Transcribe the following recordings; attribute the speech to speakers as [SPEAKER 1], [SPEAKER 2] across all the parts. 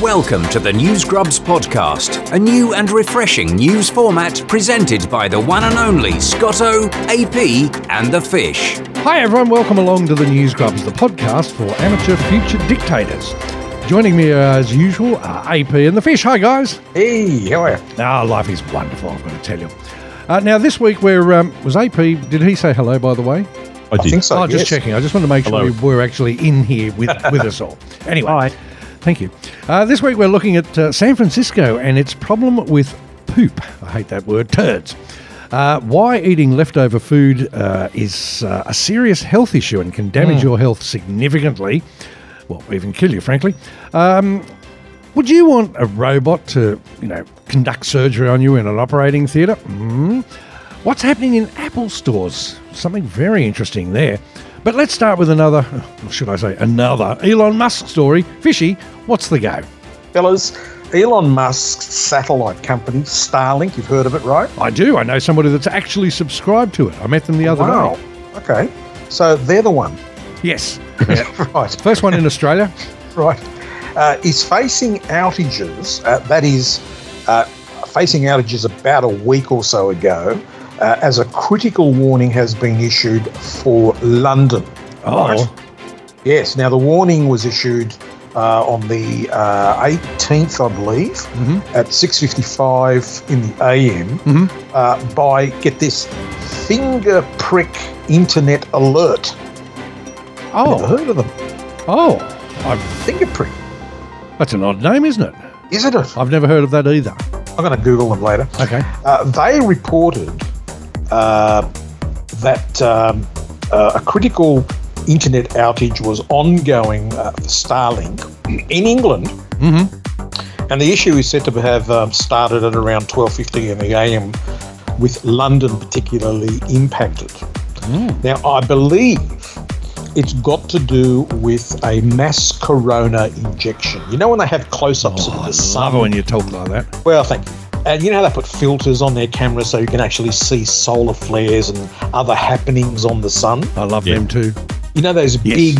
[SPEAKER 1] Welcome to the News Grubs podcast, a new and refreshing news format presented by the one and only Scotto, AP, and the Fish.
[SPEAKER 2] Hi, everyone. Welcome along to the News Grubs, the podcast for amateur future dictators. Joining me, uh, as usual, are AP and the Fish. Hi, guys.
[SPEAKER 3] Hey, how are you?
[SPEAKER 2] Ah, life is wonderful, I've got to tell you. Uh, now, this week, we're, um, was AP, did he say hello, by the way?
[SPEAKER 3] I, think so.
[SPEAKER 2] oh, just
[SPEAKER 3] yes.
[SPEAKER 2] checking. I just want to make sure
[SPEAKER 3] Hello.
[SPEAKER 2] we were actually in here with, with us all. Anyway, thank you. Uh, this week we're looking at uh, San Francisco and its problem with poop. I hate that word, turds. Uh, why eating leftover food uh, is uh, a serious health issue and can damage your health significantly, well, even kill you, frankly. Um, Would you want a robot to, you know, conduct surgery on you in an operating theatre? Mm. What's happening in Apple stores? Something very interesting there. But let's start with another, or should I say, another Elon Musk story. Fishy, what's the go?
[SPEAKER 3] Fellas, Elon Musk's satellite company, Starlink, you've heard of it, right?
[SPEAKER 2] I do. I know somebody that's actually subscribed to it. I met them the other
[SPEAKER 3] wow.
[SPEAKER 2] day.
[SPEAKER 3] Okay. So they're the one.
[SPEAKER 2] Yes.
[SPEAKER 3] right,
[SPEAKER 2] First one in Australia.
[SPEAKER 3] right. Uh, is facing outages, uh, that is, uh, facing outages about a week or so ago, uh, as a critical warning has been issued for London. Right.
[SPEAKER 2] Oh,
[SPEAKER 3] Yes. Now the warning was issued uh, on the uh, 18th, I believe, at 6:55 in the AM uh, by get this finger prick internet alert. Never
[SPEAKER 2] oh,
[SPEAKER 3] heard of them.
[SPEAKER 2] oh. I've,
[SPEAKER 3] Finger prick.
[SPEAKER 2] that's an odd name, isn't it?
[SPEAKER 3] Isn't it?
[SPEAKER 2] I've never heard of that either.
[SPEAKER 3] I'm going to Google them later.
[SPEAKER 2] Okay.
[SPEAKER 3] Uh, they reported uh, that um, uh, a critical internet outage was ongoing uh, for Starlink in England,
[SPEAKER 2] Mm-hmm.
[SPEAKER 3] and the issue is said to have um, started at around 12:50 in the AM, with London particularly impacted.
[SPEAKER 2] Mm.
[SPEAKER 3] Now, I believe it's got to do with a mass corona injection. You know when they have close-ups of the sun
[SPEAKER 2] Oh, Love it when you talk like that.
[SPEAKER 3] well, thank you. And you know how they put filters on their cameras so you can actually see solar flares and other happenings on the sun?
[SPEAKER 2] I love them too.
[SPEAKER 3] You know those big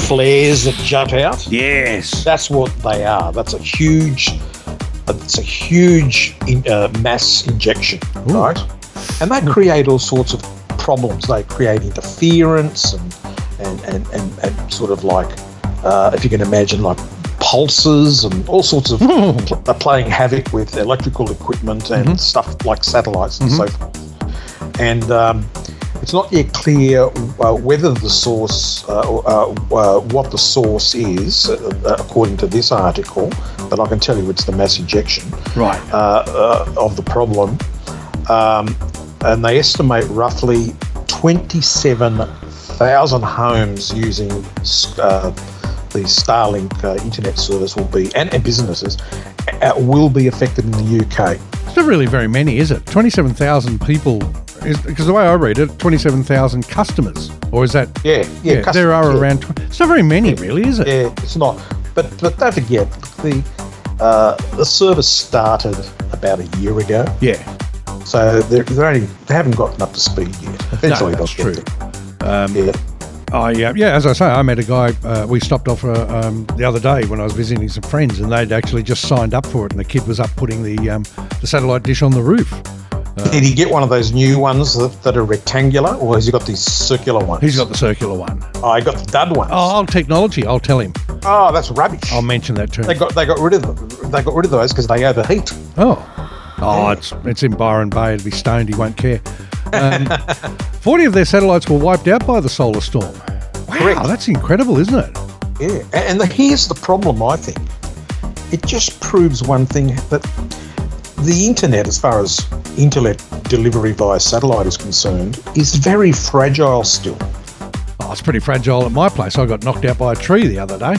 [SPEAKER 3] flares that jut out?
[SPEAKER 2] Yes.
[SPEAKER 3] That's what they are. That's a huge, that's a huge in, uh, mass injection, right? And they create all sorts of problems. They create interference and and and, and, and sort of like, uh, if you can imagine, like pulses and all sorts of pl- are playing havoc with electrical equipment and stuff like satellites and so forth. And um, it's not yet clear uh, whether the source, uh, uh, uh, what the source is, uh, according to this article, but I can tell you it's the mass injection
[SPEAKER 2] Right.
[SPEAKER 3] uh, uh, of the problem. Um, and they estimate roughly 27,000 homes using uh, the Starlink uh, internet service will be, and, and businesses, uh, will be affected in the UK.
[SPEAKER 2] It's not really very many, is it? 27,000 people. Because the way I read it, 27,000 customers. Or is that.
[SPEAKER 3] Yeah, yeah,
[SPEAKER 2] there
[SPEAKER 3] customers,
[SPEAKER 2] are
[SPEAKER 3] yeah.
[SPEAKER 2] around. Tw- it's not very many, really, is it?
[SPEAKER 3] Yeah, it's not. But but don't forget the uh, the service started about a year ago,
[SPEAKER 2] Yeah.
[SPEAKER 3] so they're, they're only they haven't gotten up to speed yet. Eventually,
[SPEAKER 2] that's
[SPEAKER 3] they'll get there. yeah.
[SPEAKER 2] I, uh, yeah, as I say, I met a guy. Uh, we stopped off uh, um, the other day when I was visiting some friends, and they'd actually just signed up for it, and the kid was up putting the, um, the satellite dish on the roof.
[SPEAKER 3] Did he get one of those new ones that, that are rectangular, or has he got these circular ones?
[SPEAKER 2] He's got the circular one.
[SPEAKER 3] Oh, he got the dud ones.
[SPEAKER 2] Oh, I'll technology. I'll tell him.
[SPEAKER 3] Oh, that's rubbish.
[SPEAKER 2] I'll mention that to him.
[SPEAKER 3] they got they got rid of them. They got rid of those because they overheat.
[SPEAKER 2] Oh, oh, it's it's in Byron Bay. It'll be stoned. He won't care. Um, Forty of their satellites were wiped out by the solar storm. Wow,
[SPEAKER 3] Correct.
[SPEAKER 2] that's incredible, isn't it?
[SPEAKER 3] Yeah, and, and the, here's the problem. I think it just proves one thing that the internet, as far as internet delivery via satellite is concerned, is very fragile still.
[SPEAKER 2] Oh, it's pretty fragile at my place. I got knocked out by a tree the other day.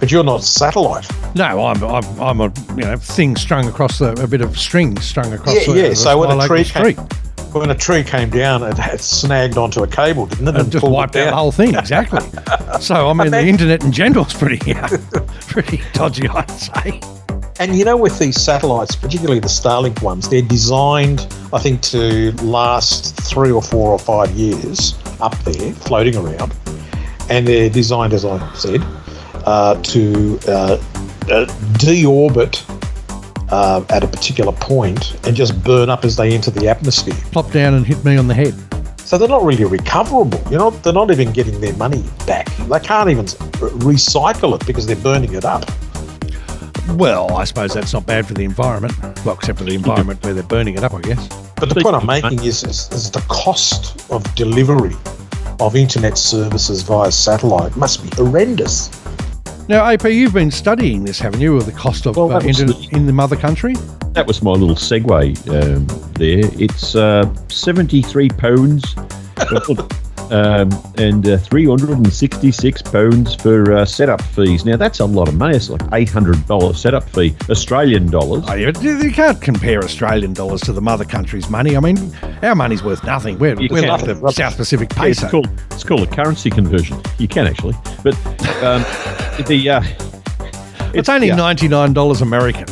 [SPEAKER 3] But you're not satellite.
[SPEAKER 2] No, I'm I'm, I'm a you know thing strung across the, a bit of string strung across.
[SPEAKER 3] Yeah,
[SPEAKER 2] the,
[SPEAKER 3] yeah,
[SPEAKER 2] the-
[SPEAKER 3] so when
[SPEAKER 2] my
[SPEAKER 3] a
[SPEAKER 2] local
[SPEAKER 3] tree
[SPEAKER 2] street.
[SPEAKER 3] came- When a tree came down, it had snagged onto a cable, didn't it?
[SPEAKER 2] and just
[SPEAKER 3] pulled it
[SPEAKER 2] wiped out
[SPEAKER 3] down?
[SPEAKER 2] the whole thing exactly. so I mean, the internet in general's pretty pretty dodgy, I'd say.
[SPEAKER 3] And you know, with these satellites, particularly the Starlink ones, they're designed, I think, to last three or four or five years up there, floating around. And they're designed, as I said, uh, to uh, uh, deorbit uh, at a particular point and just burn up as they enter the atmosphere.
[SPEAKER 2] Plop down and hit me on the head.
[SPEAKER 3] So they're not really recoverable. You know, they're not even getting their money back. They can't even re- recycle it because they're burning it up.
[SPEAKER 2] Well, I suppose that's not bad for the environment. Well, except for the environment where they're burning it up, I guess.
[SPEAKER 3] But the point I'm making is, is, is the cost of delivery of internet services via satellite must be horrendous.
[SPEAKER 2] Now, AP, you've been studying this, haven't you, or the cost of
[SPEAKER 4] Well,
[SPEAKER 2] uh,
[SPEAKER 4] that was
[SPEAKER 2] internet
[SPEAKER 4] the-
[SPEAKER 2] in the mother country?
[SPEAKER 4] That was my little segue um, there. It's uh, 73 pounds um, and uh, 366 pounds for uh, setup fees. Now, that's a lot of money. It's like $800 setup fee, Australian dollars.
[SPEAKER 2] Oh, you, you can't compare Australian dollars to the mother country's money. I mean, our money's worth nothing. We're,
[SPEAKER 4] You
[SPEAKER 2] we're like
[SPEAKER 4] can't.
[SPEAKER 2] the South Pacific
[SPEAKER 4] Yeah, it's
[SPEAKER 2] peso.
[SPEAKER 4] called it's called a currency conversion. You can actually, but um, the uh,
[SPEAKER 2] It's only
[SPEAKER 4] yeah,
[SPEAKER 2] $99 American.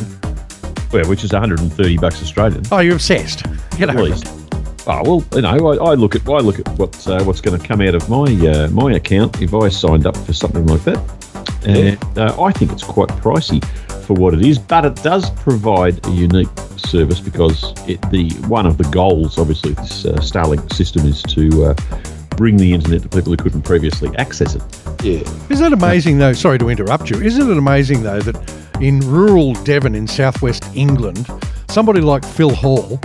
[SPEAKER 4] well, which is 130 bucks Australian.
[SPEAKER 2] Oh, you're obsessed. Get over
[SPEAKER 4] Well,
[SPEAKER 2] it.
[SPEAKER 4] it's- Oh well, you know, I, I look at I look at what uh, what's going to come out of my uh, my account if I signed up for something like that, and uh, I think it's quite pricey for what it is. But it does provide a unique service because it, the one of the goals, obviously, of this uh, Starlink system is to uh, bring the internet to people who couldn't previously access it.
[SPEAKER 3] Yeah.
[SPEAKER 2] Isn't it amazing, though? Sorry to interrupt you. Isn't it amazing, though, that in rural Devon in southwest England, somebody like Phil Hall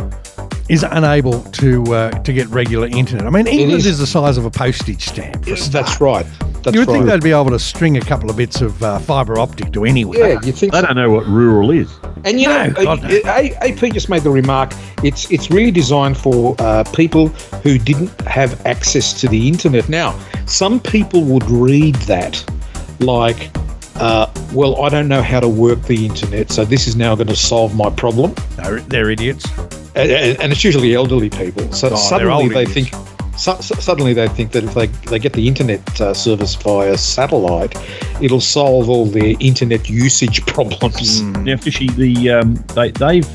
[SPEAKER 2] is unable to uh, to get regular internet? I mean, England is.
[SPEAKER 3] is.
[SPEAKER 2] the size of a postage stamp. for a start.
[SPEAKER 3] That's right. That's
[SPEAKER 2] you would think
[SPEAKER 3] right.
[SPEAKER 2] they'd be able to string a couple of bits of uh, fibre optic to anywhere.
[SPEAKER 3] Yeah, you think
[SPEAKER 4] They
[SPEAKER 3] so.
[SPEAKER 4] don't know what rural is.
[SPEAKER 3] And you know, uh,
[SPEAKER 2] No, God, no.
[SPEAKER 3] A- A- AP just made the remark. It's it's really designed for uh, people who didn't have access to the internet. Now, some people would read that like, uh, well, I don't know how to work the internet, so this is now going to solve my problem.
[SPEAKER 2] No, they're idiots.
[SPEAKER 3] And, and it's usually elderly people. So
[SPEAKER 2] Oh, they're
[SPEAKER 3] suddenly
[SPEAKER 2] old
[SPEAKER 3] they
[SPEAKER 2] idiots.
[SPEAKER 3] think. su- su- Suddenly, they think that if they, they get the internet uh, service via satellite, it'll solve all their internet usage problems.
[SPEAKER 2] Mm,
[SPEAKER 4] Now, Fishy, the um, they they've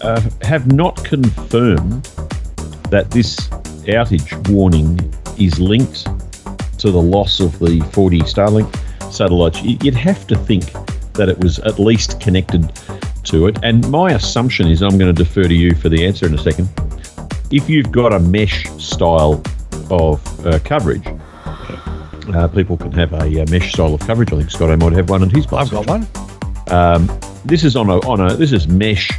[SPEAKER 4] uh, have not confirmed that this outage warning is linked to the loss of the 40 Starlink satellites. You- You'd have to think that it was at least connected to it. And my assumption is, I'm going to defer to you for the answer in a second. If you've got a mesh style of uh, coverage. Uh, people can have a uh, mesh style of coverage. I think Scotto might have one in his
[SPEAKER 2] I've
[SPEAKER 4] box
[SPEAKER 2] got one.
[SPEAKER 4] Um, this is on a on a this is mesh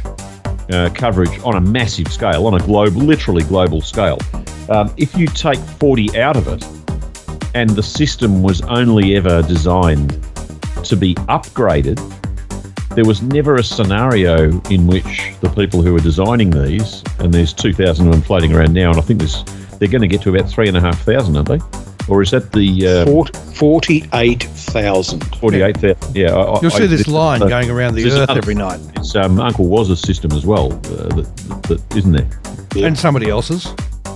[SPEAKER 4] uh, coverage on a massive scale, on a global, literally global scale. Um, if you take 40 out of it, and the system was only ever designed to be upgraded, there was never a scenario in which the people who were designing these, and there's 2,000 of them floating around now, and I think there's they're going to get to about three and a half thousand, aren't they? Or is that the um,
[SPEAKER 3] Fort- 48,000.
[SPEAKER 4] 48,000? Yeah, I- I-
[SPEAKER 2] You'll
[SPEAKER 4] I-
[SPEAKER 2] see this line
[SPEAKER 4] uh,
[SPEAKER 2] going around the
[SPEAKER 4] this is
[SPEAKER 2] earth
[SPEAKER 4] another-
[SPEAKER 2] every night,
[SPEAKER 4] it's um, Uncle Waz's system as well, uh, that, that, isn't there?
[SPEAKER 2] and somebody else's.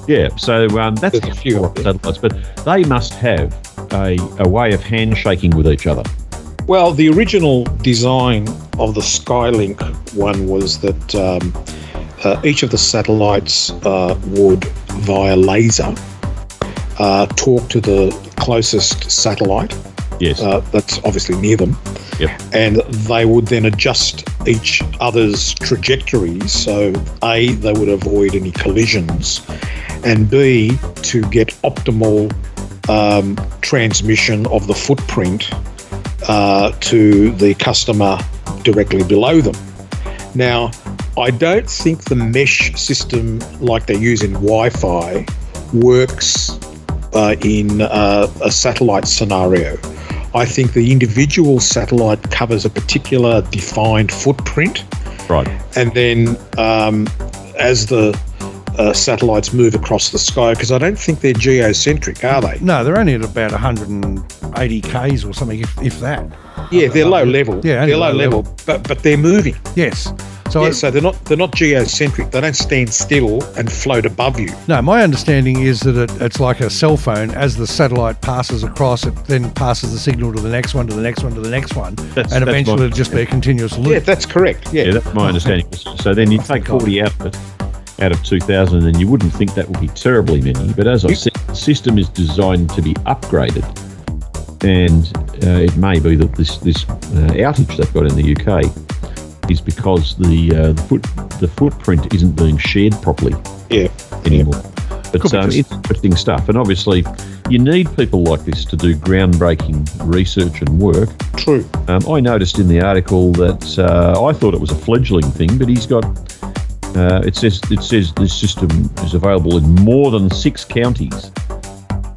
[SPEAKER 4] Yeah, so um, that's
[SPEAKER 3] There's a few of them.
[SPEAKER 4] satellites, but they must have a, a way of handshaking with each other.
[SPEAKER 3] Well, the original design of the Skylink one was that um, uh, each of the satellites uh, would, via laser, uh, talk to the closest satellite
[SPEAKER 4] Yes.
[SPEAKER 3] uh, that's obviously near them,
[SPEAKER 4] Yep.
[SPEAKER 3] and they would then adjust each other's trajectories. So, A, they would avoid any collisions, and B, to get optimal um, transmission of the footprint uh, to the customer directly below them. Now, I don't think the mesh system like they use in Wi Fi works uh, in uh, a satellite scenario. I think the individual satellite covers a particular defined footprint,
[SPEAKER 4] right.
[SPEAKER 3] and then um, as the uh, satellites move across the sky, because I don't think they're geocentric, are they?
[SPEAKER 2] No, they're only at about 180 k's or something, if, if that.
[SPEAKER 3] Yeah, they're low level.
[SPEAKER 2] Yeah, only
[SPEAKER 3] they're low
[SPEAKER 2] low
[SPEAKER 3] level, but but they're moving.
[SPEAKER 2] Yes. So,
[SPEAKER 3] yeah,
[SPEAKER 2] I-
[SPEAKER 3] so they're not they're not geocentric. They don't stand still and float above you.
[SPEAKER 2] no, my understanding is that it, it's like a cell phone. As the satellite passes across, it then passes the signal to the next one, to the next one, to the next one,
[SPEAKER 4] That's-
[SPEAKER 2] and
[SPEAKER 4] that's
[SPEAKER 2] eventually
[SPEAKER 4] my-
[SPEAKER 2] it'll just be a continuous
[SPEAKER 3] Yeah,
[SPEAKER 2] loop.
[SPEAKER 3] that's correct. Yeah.
[SPEAKER 4] Yeah, that's my understanding. So then you take 40 out of it, out of 2,000, and you wouldn't think that would be terribly many. But as I said, the system is designed to be upgraded. And uh, it may be that this this uh, outage they've got in the UK is because the uh, the, foot, the footprint isn't being shared properly
[SPEAKER 3] Yeah.
[SPEAKER 4] anymore. But
[SPEAKER 2] be
[SPEAKER 4] um,
[SPEAKER 2] just-
[SPEAKER 4] it's interesting stuff, and obviously, you need people like this to do groundbreaking research and work.
[SPEAKER 3] True.
[SPEAKER 4] Um, I noticed in the article that uh, I thought it was a fledgling thing, but he's got. Uh, it says it says this system is available in more than six counties.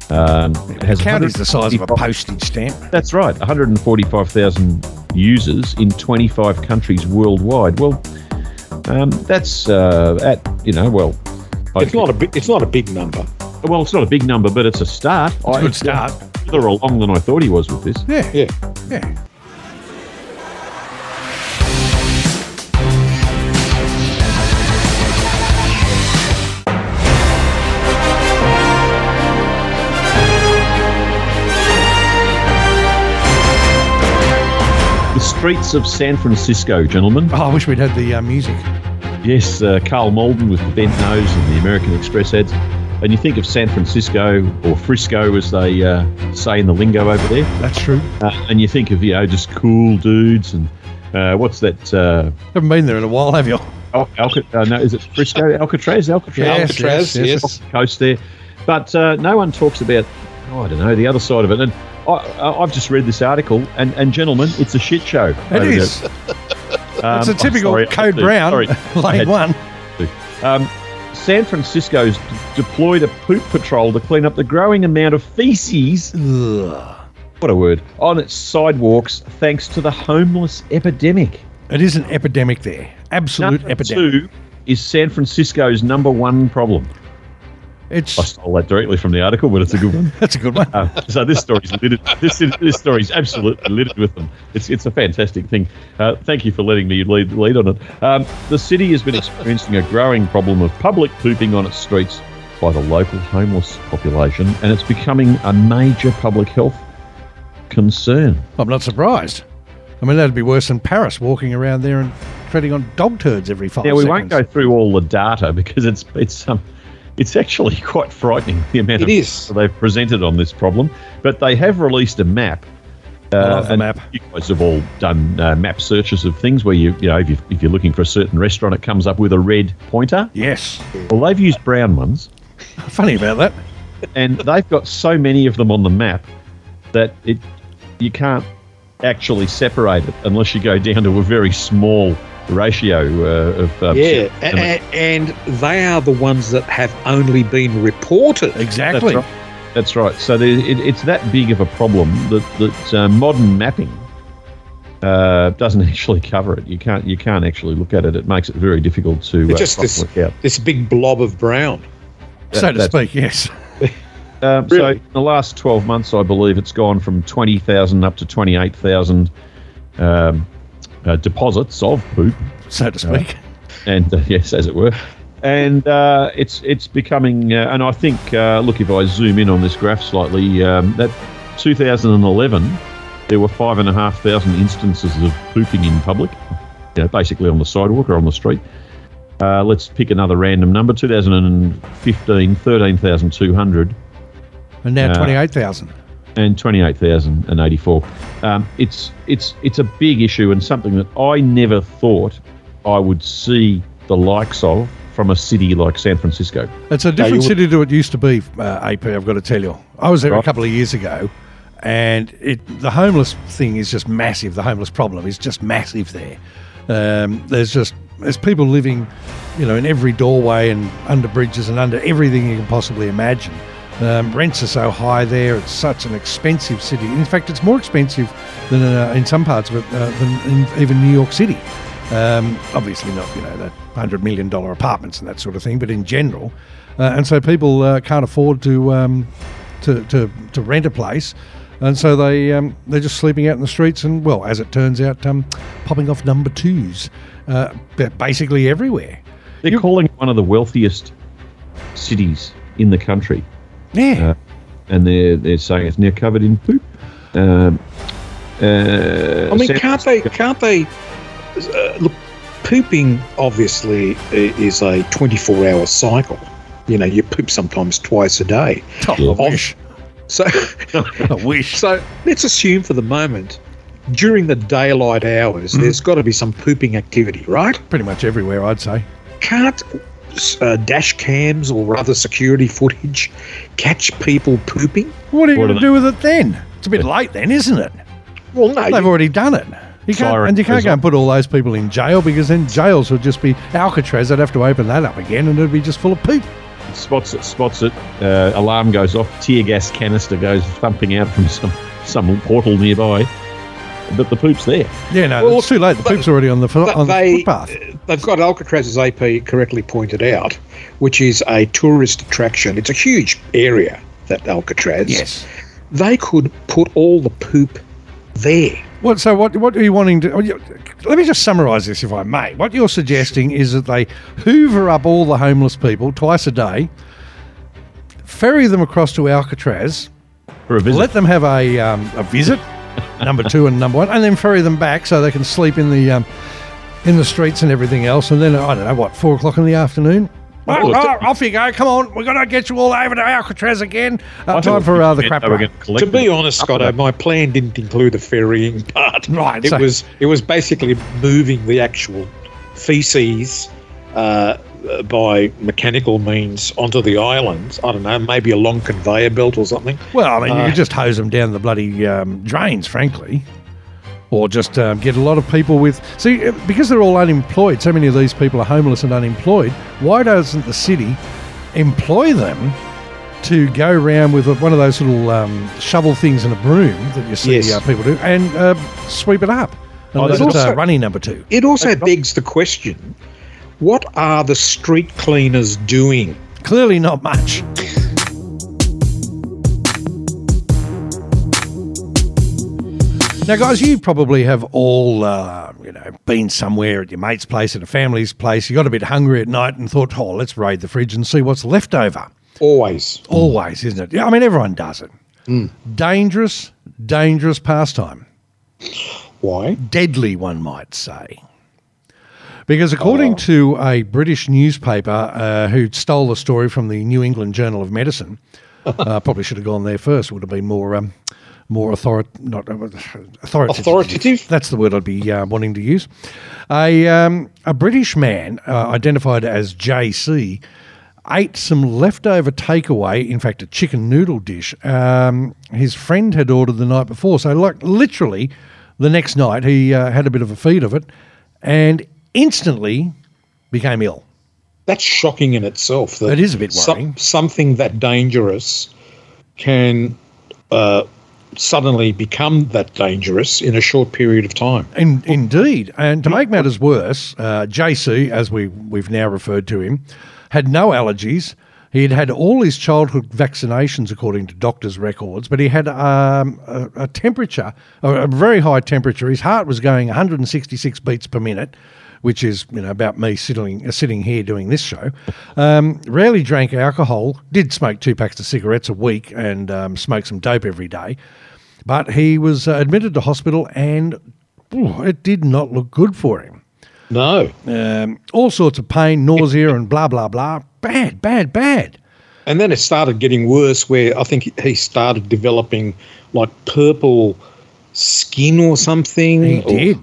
[SPEAKER 4] Um, it has
[SPEAKER 2] County's the size of a
[SPEAKER 4] 155
[SPEAKER 2] postage stamp.
[SPEAKER 4] That's right, 145,000 users in 25 countries worldwide. Well, um, that's uh, at you know well.
[SPEAKER 3] It's not a big. It's not a big number.
[SPEAKER 4] a well. It's not a big number, but it's a start.
[SPEAKER 2] It's a good
[SPEAKER 4] It's
[SPEAKER 2] start.
[SPEAKER 4] Further along than I thought he was with this.
[SPEAKER 2] Yeah.
[SPEAKER 3] Yeah.
[SPEAKER 2] Yeah.
[SPEAKER 4] The streets of San Francisco, gentlemen.
[SPEAKER 2] Oh, I wish we'd had the uh, music.
[SPEAKER 4] Yes, uh, Carl Malden with the bent nose and the American Express ads. And you think of San Francisco or Frisco, as they uh, say in the lingo over there,
[SPEAKER 2] That's true.
[SPEAKER 4] uh, and you think of you know just cool dudes and uh, what's that? Uh,
[SPEAKER 2] Haven't been there in a while, have you?
[SPEAKER 4] Al- Alca- uh, no, is it Frisco? Alcatraz? Alcatraz?
[SPEAKER 2] Yes,
[SPEAKER 3] Alcatraz,
[SPEAKER 2] yes, yes.
[SPEAKER 3] yes.
[SPEAKER 4] coast there. But uh, no one talks about, oh, I don't know, the other side of it. And I, I- I've just read this article, and, and gentlemen, it's a shit show.
[SPEAKER 2] It is.
[SPEAKER 4] Um,
[SPEAKER 2] it's a typical Code Brown, lane one.
[SPEAKER 4] Um, San Francisco's d- deployed a poop patrol to clean up the growing amount of feces. What a word. On its sidewalks, thanks to the homeless epidemic.
[SPEAKER 2] It is an epidemic there. Absolute
[SPEAKER 4] Number
[SPEAKER 2] epidemic.
[SPEAKER 4] two is San Francisco's number one problem. I
[SPEAKER 2] It's
[SPEAKER 4] stole that directly from the article, but it's a good one.
[SPEAKER 2] that's a good one.
[SPEAKER 4] Uh, so this story's littered. This is- this story's absolutely littered with them. It's it's a fantastic thing. Uh, thank you for letting me lead lead on it. Um, the city has been experiencing a growing problem of public pooping on its streets by the local homeless population, and it's becoming a major public health concern.
[SPEAKER 2] I'm not surprised. I mean, that'd be worse than Paris walking around there and treading on dog turds every five
[SPEAKER 4] Now we
[SPEAKER 2] seconds.
[SPEAKER 4] won't go through all the data because it's it's um, it's actually quite frightening the amount
[SPEAKER 3] It
[SPEAKER 4] of
[SPEAKER 3] is.
[SPEAKER 4] they've presented on this problem. But they have released a map. Uh,
[SPEAKER 2] love the
[SPEAKER 4] and
[SPEAKER 2] map.
[SPEAKER 4] You guys have all done uh, map searches of things where you you know if, you, if you're looking for a certain restaurant, it comes up with a red pointer.
[SPEAKER 2] Yes.
[SPEAKER 4] Well, they've used brown ones,
[SPEAKER 2] Funny about that.
[SPEAKER 4] and they've got so many of them on the map that it you can't actually separate it unless you go down to a very small ratio uh, of um,
[SPEAKER 3] Yeah, a- a- and they are the ones that have only been reported.
[SPEAKER 2] Exactly.
[SPEAKER 4] That's right. That's right. So there, it, it's that big of a problem that that uh, modern mapping uh, doesn't actually cover it. You can't you can't actually look at it. It makes it very difficult to uh,
[SPEAKER 3] It's just this
[SPEAKER 4] work out.
[SPEAKER 3] this big blob of brown.
[SPEAKER 2] so to
[SPEAKER 4] that's-
[SPEAKER 2] speak, yes.
[SPEAKER 4] Um, So
[SPEAKER 3] Really?
[SPEAKER 4] in the last twelve months, I believe it's gone from twenty thousand up to twenty eight thousand um, uh, deposits of poop.
[SPEAKER 2] So to speak.
[SPEAKER 4] and uh, yes, as it were. And uh, it's it's becoming, uh, and I think, uh, look, if I zoom in on this graph slightly, um, that 2011, there were five and a half thousand instances of pooping in public, you know, basically on the sidewalk or on the street. Uh, let's pick another random number 2015, 13,200
[SPEAKER 2] and now
[SPEAKER 4] uh,
[SPEAKER 2] 28,000.
[SPEAKER 4] and 28,084. Um, it's it's it's a big issue and something that I never thought I would see the likes of from a city like San Francisco.
[SPEAKER 2] It's a different
[SPEAKER 3] you-
[SPEAKER 2] city to what it used to be, uh, AP, I've got to tell you. I was there a
[SPEAKER 4] Right.
[SPEAKER 2] couple of years ago, and it the homeless thing is just massive. The homeless problem is just massive there. Um, there's just there's people living, you know, in every doorway and under bridges and under everything you can possibly imagine. Um, rents are so high there. It's such an expensive city. In fact, it's more expensive than uh, in some parts of it uh, than in even New York City. Um, obviously not, you know, that hundred million dollar apartments and that sort of thing, but in general, uh, and so people uh, can't afford to, um, to to to rent a place, and so they um, they're just sleeping out in the streets and well, as it turns out, um, popping off number twos, uh, ba- basically everywhere.
[SPEAKER 4] They're
[SPEAKER 2] You-
[SPEAKER 4] calling it one of the wealthiest cities in the country,
[SPEAKER 2] Yeah,
[SPEAKER 4] Uh, and they're they're saying it's now covered in poop. Um, uh,
[SPEAKER 3] I mean,
[SPEAKER 4] San
[SPEAKER 3] can't they? Can't they? Uh, look, pooping obviously i- is a 24-hour cycle. You know, you poop sometimes twice a day.
[SPEAKER 2] Oh, I
[SPEAKER 4] yeah.
[SPEAKER 2] wish.
[SPEAKER 3] So,
[SPEAKER 2] I wish.
[SPEAKER 3] so let's assume for the moment, during the daylight hours, there's got to be some pooping activity, right?
[SPEAKER 2] Pretty much everywhere, I'd say.
[SPEAKER 3] Can't uh, dash cams or other security footage catch people pooping?
[SPEAKER 2] What are you
[SPEAKER 4] What
[SPEAKER 2] going to
[SPEAKER 4] are
[SPEAKER 2] do with it then? It's a bit late then, isn't it?
[SPEAKER 3] Well, no.
[SPEAKER 2] They've already done it. You can't,
[SPEAKER 4] Siren
[SPEAKER 2] and you can't
[SPEAKER 4] goes
[SPEAKER 2] go
[SPEAKER 4] on.
[SPEAKER 2] and put all those people in jail because then jails would just be Alcatraz. They'd have to open that up again and it'd be just full of poop.
[SPEAKER 4] Spots it, spots it. Uh, alarm goes off. Tear gas canister goes thumping out from some some portal nearby. But the poop's there.
[SPEAKER 2] Yeah, no,
[SPEAKER 3] Well,
[SPEAKER 2] it's too late. The
[SPEAKER 3] but-
[SPEAKER 2] poop's already on the, fo-
[SPEAKER 3] but
[SPEAKER 2] on the
[SPEAKER 3] they-
[SPEAKER 4] uh,
[SPEAKER 3] uh,
[SPEAKER 2] footpath.
[SPEAKER 3] They've got Alcatraz's AP correctly pointed out, which is a tourist attraction. It's a huge area, that Alcatraz. They could put all the poop there.
[SPEAKER 2] What, so what? What are you wanting to? oh, you- Let me just summarise this, if I may. What you're suggesting is that they hoover up all the homeless people twice a day, ferry them across to Alcatraz,
[SPEAKER 4] For a visit.
[SPEAKER 2] let them have a, um, a visit, number two and number one, and then ferry them back so they can sleep in the um, in the streets and everything else. And then I don't know what four o'clock in the afternoon. Right,
[SPEAKER 4] Oh,
[SPEAKER 2] right, off you go! Come on, we're going to get you all over to Alcatraz again. Uh,
[SPEAKER 4] I
[SPEAKER 2] time
[SPEAKER 4] thought
[SPEAKER 2] for uh, the
[SPEAKER 4] they
[SPEAKER 2] crap.
[SPEAKER 4] were
[SPEAKER 2] run.
[SPEAKER 4] gonna collect
[SPEAKER 3] To be
[SPEAKER 4] them.
[SPEAKER 3] honest, Scotto, my plan didn't include the ferrying part.
[SPEAKER 2] Right,
[SPEAKER 3] It
[SPEAKER 2] so-
[SPEAKER 3] was it was basically moving the actual feces uh, by mechanical means onto the islands. I don't know, maybe a long conveyor belt or something.
[SPEAKER 2] Well, I mean, you
[SPEAKER 3] Uh,
[SPEAKER 2] could just hose them down the bloody um, drains, frankly, or just um, get a lot of people with. See, uh, because they're all unemployed, so many of these people are homeless and unemployed. Why doesn't the city employ them to go round with a- one of those little um, shovel things and a broom that you see
[SPEAKER 3] Yes.
[SPEAKER 2] uh, people do and uh, sweep it up?
[SPEAKER 4] Oh,
[SPEAKER 2] Unless
[SPEAKER 4] there's
[SPEAKER 2] it's uh,
[SPEAKER 3] also-
[SPEAKER 2] runny number two.
[SPEAKER 3] It also begs the question: What are the street cleaners doing?
[SPEAKER 2] Clearly not much. Now, guys, you probably have all, uh, you know, been somewhere at your mate's place, at a family's place. You got a bit hungry at night and thought, oh, let's raid the fridge and see what's left over.
[SPEAKER 3] Always.
[SPEAKER 2] Always, isn't it? Yeah, I mean, everyone does it. Dangerous, dangerous pastime.
[SPEAKER 3] Why?
[SPEAKER 2] Deadly, one might say. Because according to a British newspaper uh, who stole the story from the New England Journal of Medicine, uh, probably should have gone there first. Would have been more, um, more authori- not, uh, authoritative.
[SPEAKER 3] Authoritative?
[SPEAKER 2] That's the word I'd be uh, wanting to use. A, um, a British man uh, identified as JC ate some leftover takeaway, in fact, a chicken noodle dish, um, his friend had ordered the night before. So, like, literally, the next night, he uh, had a bit of a feed of it and instantly became ill.
[SPEAKER 3] That's shocking in itself.
[SPEAKER 2] That is a bit
[SPEAKER 3] some-
[SPEAKER 2] worrying.
[SPEAKER 3] something that dangerous can uh, suddenly become that dangerous in a short period of time.
[SPEAKER 2] In, indeed. And to make matters worse, uh, JC, as we, we've now referred to him, had no allergies. He had had all his childhood vaccinations, according to doctors' records, but he had um, a, a temperature, a, a very high temperature. His heart was going 166 beats per minute, which is you know about me sitting uh, sitting here doing this show. Um, rarely drank alcohol. Did smoke two packs of cigarettes a week and um, smoked some dope every day. But he was uh, admitted to hospital and ooh, it did not look good for him.
[SPEAKER 3] No.
[SPEAKER 2] Um, all sorts of pain, nausea, and blah, blah, blah. Bad, bad, bad.
[SPEAKER 3] And then it started getting worse where I think he started developing like purple skin or something.
[SPEAKER 2] He
[SPEAKER 3] or-
[SPEAKER 2] did.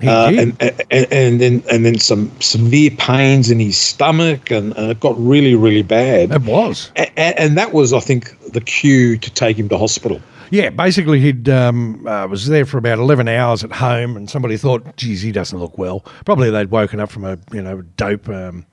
[SPEAKER 2] He
[SPEAKER 3] Oh. uh,
[SPEAKER 2] did.
[SPEAKER 3] and, and, and then and then some severe pains in his stomach and, and it got really really bad
[SPEAKER 2] it was.
[SPEAKER 3] and, and that was I think the cue to take him to hospital
[SPEAKER 2] Yeah, basically, he'd um, uh, was there for about eleven hours at home, and somebody thought, "Geez, he doesn't look well." Probably they'd woken up from a you know dope, um,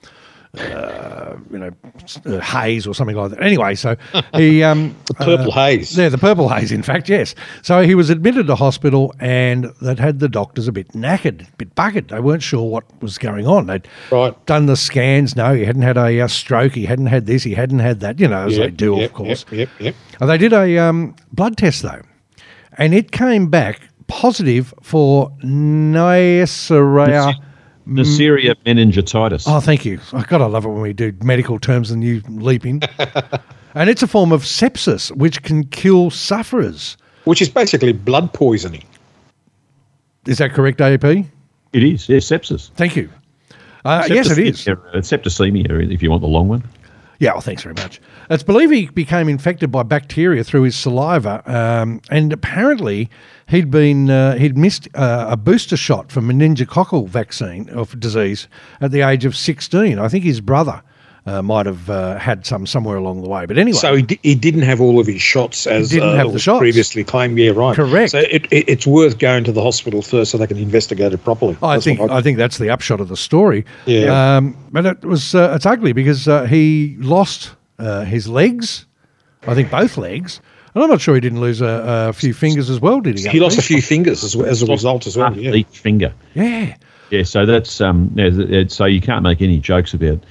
[SPEAKER 2] uh, you know, s- uh, haze or something like that. Anyway, so he um,
[SPEAKER 3] purple haze
[SPEAKER 2] Yeah, the purple haze, in fact, yes. So he was admitted to hospital and that had the doctors a bit knackered, a bit buggered. They weren't sure what was going on. They'd
[SPEAKER 3] Right.
[SPEAKER 2] done the scans. No, he hadn't had a uh, stroke. He hadn't had this. He hadn't had that, you know, as they do, of course.
[SPEAKER 3] yep, yep, yep.
[SPEAKER 2] And They did a um, blood test, though, and it came back positive for Neisseria.
[SPEAKER 4] Neisseria meningitis.
[SPEAKER 2] Mm. Oh, thank you. Oh, God, I love it when we do medical terms and you leap in. and it's a form of sepsis, which can kill sufferers.
[SPEAKER 3] which is basically blood poisoning
[SPEAKER 2] Is that correct, AAP?
[SPEAKER 4] It is. Yeah, sepsis.
[SPEAKER 2] Thank you. Uh, yes, it is.
[SPEAKER 4] Septicemia, uh, Septicemia, if you want the long one.
[SPEAKER 2] Yeah, well, thanks very much. It's believed he became infected by bacteria through his saliva, um, and apparently he'd been uh, he'd missed uh, a booster shot for meningococcal vaccine of disease at the age of sixteen. I think his brother uh, might have uh, had some somewhere along the way. But anyway,
[SPEAKER 3] So he, di- he didn't have all of his shots as
[SPEAKER 2] didn't
[SPEAKER 3] uh,
[SPEAKER 2] have the
[SPEAKER 3] was
[SPEAKER 2] shots.
[SPEAKER 3] previously claimed. Yeah, right.
[SPEAKER 2] Correct.
[SPEAKER 3] So it, it, it's worth going to the hospital first so they can investigate it properly.
[SPEAKER 2] Oh, I
[SPEAKER 3] That's
[SPEAKER 2] think
[SPEAKER 3] what
[SPEAKER 2] I think that's the upshot of the story.
[SPEAKER 3] Yeah.
[SPEAKER 2] Um, but it was uh, it's ugly because uh, he lost uh, his legs. I think both legs. And I'm not sure he didn't lose a, a few fingers as well, did he?
[SPEAKER 3] he lost a few fingers as, as a result as well.
[SPEAKER 4] Half
[SPEAKER 3] Yeah.
[SPEAKER 4] Each finger.
[SPEAKER 2] Yeah.
[SPEAKER 4] Yeah, so that's um, yeah, th- it- so you can't make any jokes about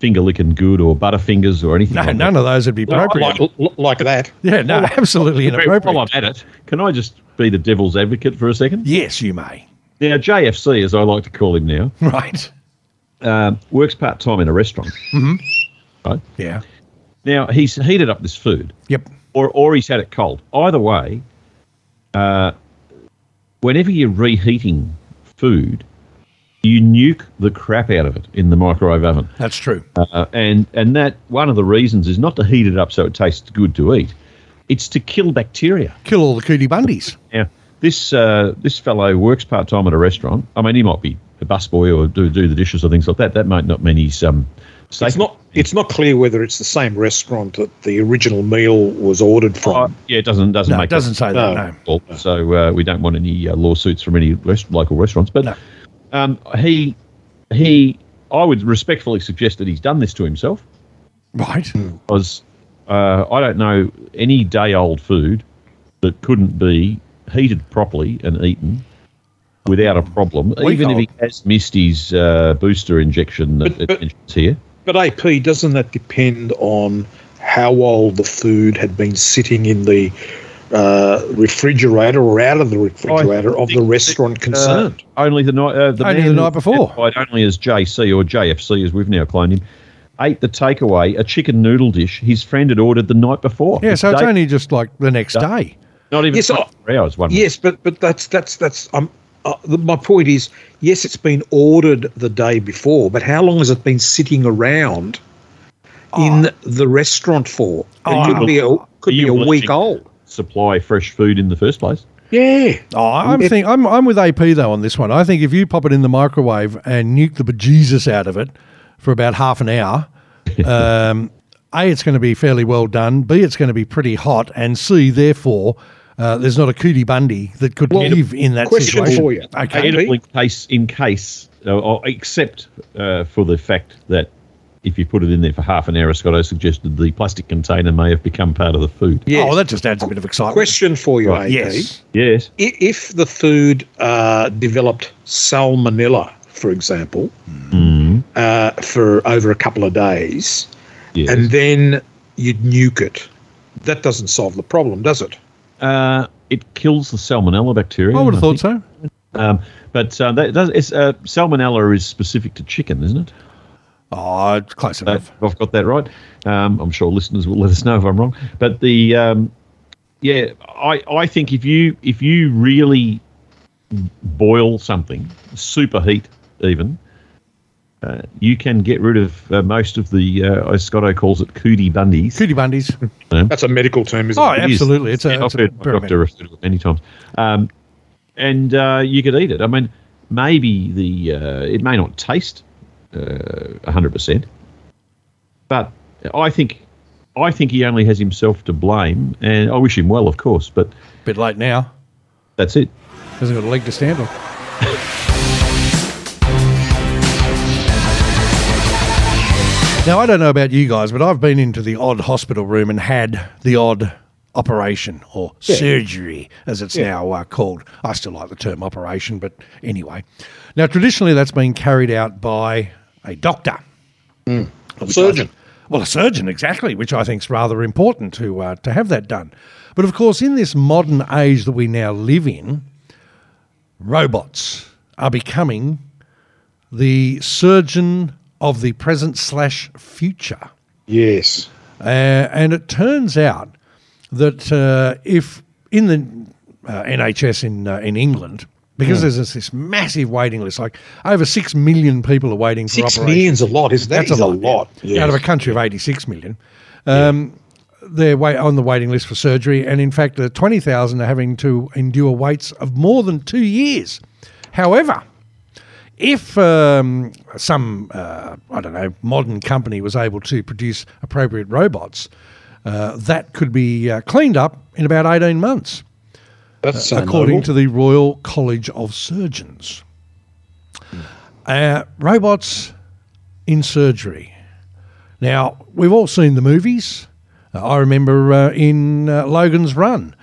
[SPEAKER 4] finger licking good or butterfingers or anything.
[SPEAKER 2] No,
[SPEAKER 4] like
[SPEAKER 2] none of those would be appropriate.
[SPEAKER 3] Like, like that.
[SPEAKER 2] yeah, no, absolutely
[SPEAKER 4] that. Well, While I'm
[SPEAKER 2] inappropriate.
[SPEAKER 4] at it, can I just be the devil's advocate for a second?
[SPEAKER 2] Yes, you may.
[SPEAKER 4] Now, JFC, as I like to call him now,
[SPEAKER 2] Right.
[SPEAKER 4] um, works part time in a restaurant.
[SPEAKER 2] Mm-hmm.
[SPEAKER 4] Right
[SPEAKER 2] Yeah.
[SPEAKER 4] now, he's heated up this food,
[SPEAKER 2] Yep.
[SPEAKER 4] or or he's had it cold. Either way, uh, whenever you're reheating food, you nuke the crap out of it in the microwave oven.
[SPEAKER 2] That's true.
[SPEAKER 4] Uh, and and that one of the reasons is not to heat it up so it tastes good to eat. It's to kill bacteria.
[SPEAKER 2] Kill all the cootie bundies.
[SPEAKER 4] Now, this uh, this fellow works part time at a restaurant. I mean, he might be a busboy or do do the dishes or things like that. That might not mean he's um safe.
[SPEAKER 3] It's not. It's not clear whether it's the same restaurant that the original meal was ordered
[SPEAKER 4] Uh,
[SPEAKER 3] from.
[SPEAKER 4] yeah, it doesn't doesn't
[SPEAKER 2] No,
[SPEAKER 4] make
[SPEAKER 2] it doesn't say that.
[SPEAKER 3] No.
[SPEAKER 2] No.
[SPEAKER 4] Well, So uh, we don't want any uh, lawsuits from any rest- local restaurants. But
[SPEAKER 2] No.
[SPEAKER 4] um, he he, I would respectfully suggest that he's done this to himself
[SPEAKER 2] Right.
[SPEAKER 4] because uh, I don't know any day old food that couldn't be heated properly and eaten without a problem, even if
[SPEAKER 2] old.
[SPEAKER 4] he has missed his uh, booster injection that-
[SPEAKER 3] But- but-
[SPEAKER 4] that's here.
[SPEAKER 3] But AP doesn't that depend on how old the food had been sitting in the uh, refrigerator or out of the refrigerator of the
[SPEAKER 4] think
[SPEAKER 3] restaurant
[SPEAKER 4] Uh,
[SPEAKER 3] concerned?
[SPEAKER 4] only the night, uh, the
[SPEAKER 2] Only
[SPEAKER 4] man
[SPEAKER 2] the
[SPEAKER 4] who
[SPEAKER 2] night
[SPEAKER 4] was
[SPEAKER 2] before.
[SPEAKER 4] identified Only as JC or JFC, as we've now cloned him, ate the takeaway a chicken noodle dish his friend had ordered the night before.
[SPEAKER 2] Yeah,
[SPEAKER 4] The
[SPEAKER 2] so it's
[SPEAKER 4] day-
[SPEAKER 2] only just like the next day.
[SPEAKER 4] not even
[SPEAKER 3] Yes, I-
[SPEAKER 4] 24 hours. One
[SPEAKER 3] yes, but but that's that's that's um. Uh, the, my point is, yes, it's been ordered the day before, but how long has it been sitting around in the restaurant for?
[SPEAKER 2] Oh.
[SPEAKER 3] it could be a, could be a week
[SPEAKER 4] Bewitching.
[SPEAKER 3] old.
[SPEAKER 4] supply fresh food in the first place.
[SPEAKER 3] Yeah.
[SPEAKER 2] Oh, I'm think I'm I'm with AP though on this one. I think if you pop it in the microwave and nuke the bejesus out of it for about half an hour, um, a it's going to be fairly well done. B it's going to be pretty hot, and C therefore uh, there's not a cootie bundy that could
[SPEAKER 3] Well,
[SPEAKER 2] live in that
[SPEAKER 3] question
[SPEAKER 2] situation.
[SPEAKER 3] for you.
[SPEAKER 2] Okay.
[SPEAKER 3] Andy?
[SPEAKER 4] Edible in case, in case, uh, or except uh, for the fact that if you put it in there for half an hour, as Scotto suggested, the plastic container may have become part of the food.
[SPEAKER 3] Yes.
[SPEAKER 2] Oh, that just adds a bit of excitement.
[SPEAKER 3] Question for you, AP.
[SPEAKER 2] Yes.
[SPEAKER 4] Yes.
[SPEAKER 3] I- If the food uh, developed salmonella, for example,
[SPEAKER 2] Mm.
[SPEAKER 3] uh, for over a couple of days,
[SPEAKER 4] Yes.
[SPEAKER 3] and then you'd nuke it, that doesn't solve the problem, does it?
[SPEAKER 4] Uh, it kills the salmonella bacteria.
[SPEAKER 2] I would have thought so.
[SPEAKER 4] so. Um, but uh, that does, it's, uh, salmonella is specific to chicken, isn't it?
[SPEAKER 2] Oh, it's close
[SPEAKER 4] Uh,
[SPEAKER 2] enough.
[SPEAKER 4] I've got that right. Um, I'm sure listeners will let us know if I'm wrong. But the um, yeah, I, I think if you if you really boil something, superheat even, uh, you can get rid of uh, most of the uh, as Scotto calls it cootie bundies.
[SPEAKER 2] Cootie bundies.
[SPEAKER 3] That's a medical term, isn't
[SPEAKER 2] Oh,
[SPEAKER 3] it?
[SPEAKER 4] It is.
[SPEAKER 2] absolutely. It's a,
[SPEAKER 4] Yeah,
[SPEAKER 2] it's a
[SPEAKER 4] I've heard my
[SPEAKER 2] pyramid.
[SPEAKER 4] doctor refer to it many times. Um, and uh, you could eat it. I mean, maybe the uh, it may not taste uh, hundred percent, but I think I think he only has himself to blame, and I wish him well, of course. But
[SPEAKER 2] Bit late now.
[SPEAKER 4] that's it.
[SPEAKER 2] Hasn't got a leg to stand on. Now, I don't know about you guys, but I've been into the odd hospital room and had the odd operation or surgery, as it's now uh, called. I still like the term operation, but anyway. Now, traditionally, that's been carried out by a doctor. Which I-
[SPEAKER 3] Surgeon.
[SPEAKER 2] well, a surgeon, exactly, which I think is rather important to, uh, to have that done. But of course, in this modern age that we now live in, robots are becoming the surgeon of the present slash future.
[SPEAKER 3] Yes.
[SPEAKER 2] Uh, and it turns out that uh, if in the uh, NHS in uh, in England, because there's this, this massive waiting list. Like over six million people are waiting for
[SPEAKER 3] Six
[SPEAKER 2] operations.
[SPEAKER 3] million's a lot, isn't that?
[SPEAKER 2] That's
[SPEAKER 3] Is
[SPEAKER 2] a lot.
[SPEAKER 3] Yes.
[SPEAKER 2] out of a country of 86 million. Um, They're wait, on the waiting list for surgery, and in fact, the 20,000 are having to endure waits of more than two years. However, if um, some, uh, I don't know, modern company was able to produce appropriate robots, uh, that could be uh, cleaned up in about 18 months,
[SPEAKER 3] That's so
[SPEAKER 2] according
[SPEAKER 3] noble.
[SPEAKER 2] to the Royal College of Surgeons. Uh, robots in surgery. Now, we've all seen the movies. Uh, I remember uh, in uh, Logan's Run,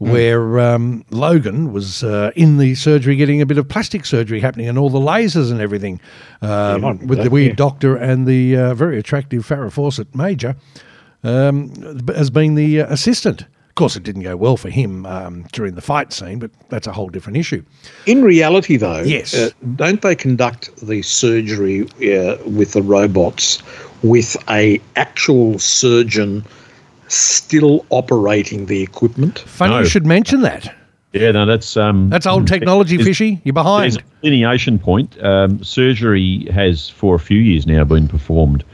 [SPEAKER 3] Hmm.
[SPEAKER 2] where um, Logan was uh, in the surgery getting a bit of plastic surgery happening and all the lasers and everything um,
[SPEAKER 3] Yeah, I remember
[SPEAKER 2] with the
[SPEAKER 3] that,
[SPEAKER 2] weird
[SPEAKER 3] yeah.
[SPEAKER 2] doctor and the uh, very attractive Farrah Fawcett Major um, as being the uh, assistant. Of course, it didn't go well for him um, during the fight scene, but that's a whole different issue.
[SPEAKER 3] In reality, though,
[SPEAKER 2] Yes.
[SPEAKER 3] uh, don't they conduct the surgery uh, with the robots with a actual surgeon still operating the equipment?
[SPEAKER 2] Funny you
[SPEAKER 4] No.
[SPEAKER 2] should mention that.
[SPEAKER 4] Yeah, no, that's um,
[SPEAKER 2] That's
[SPEAKER 3] Mm.
[SPEAKER 2] old technology,
[SPEAKER 4] There's-
[SPEAKER 2] Fishy. You're
[SPEAKER 4] There's
[SPEAKER 2] behind.
[SPEAKER 4] a lineation point. Um, surgery has, for a few years now, been performed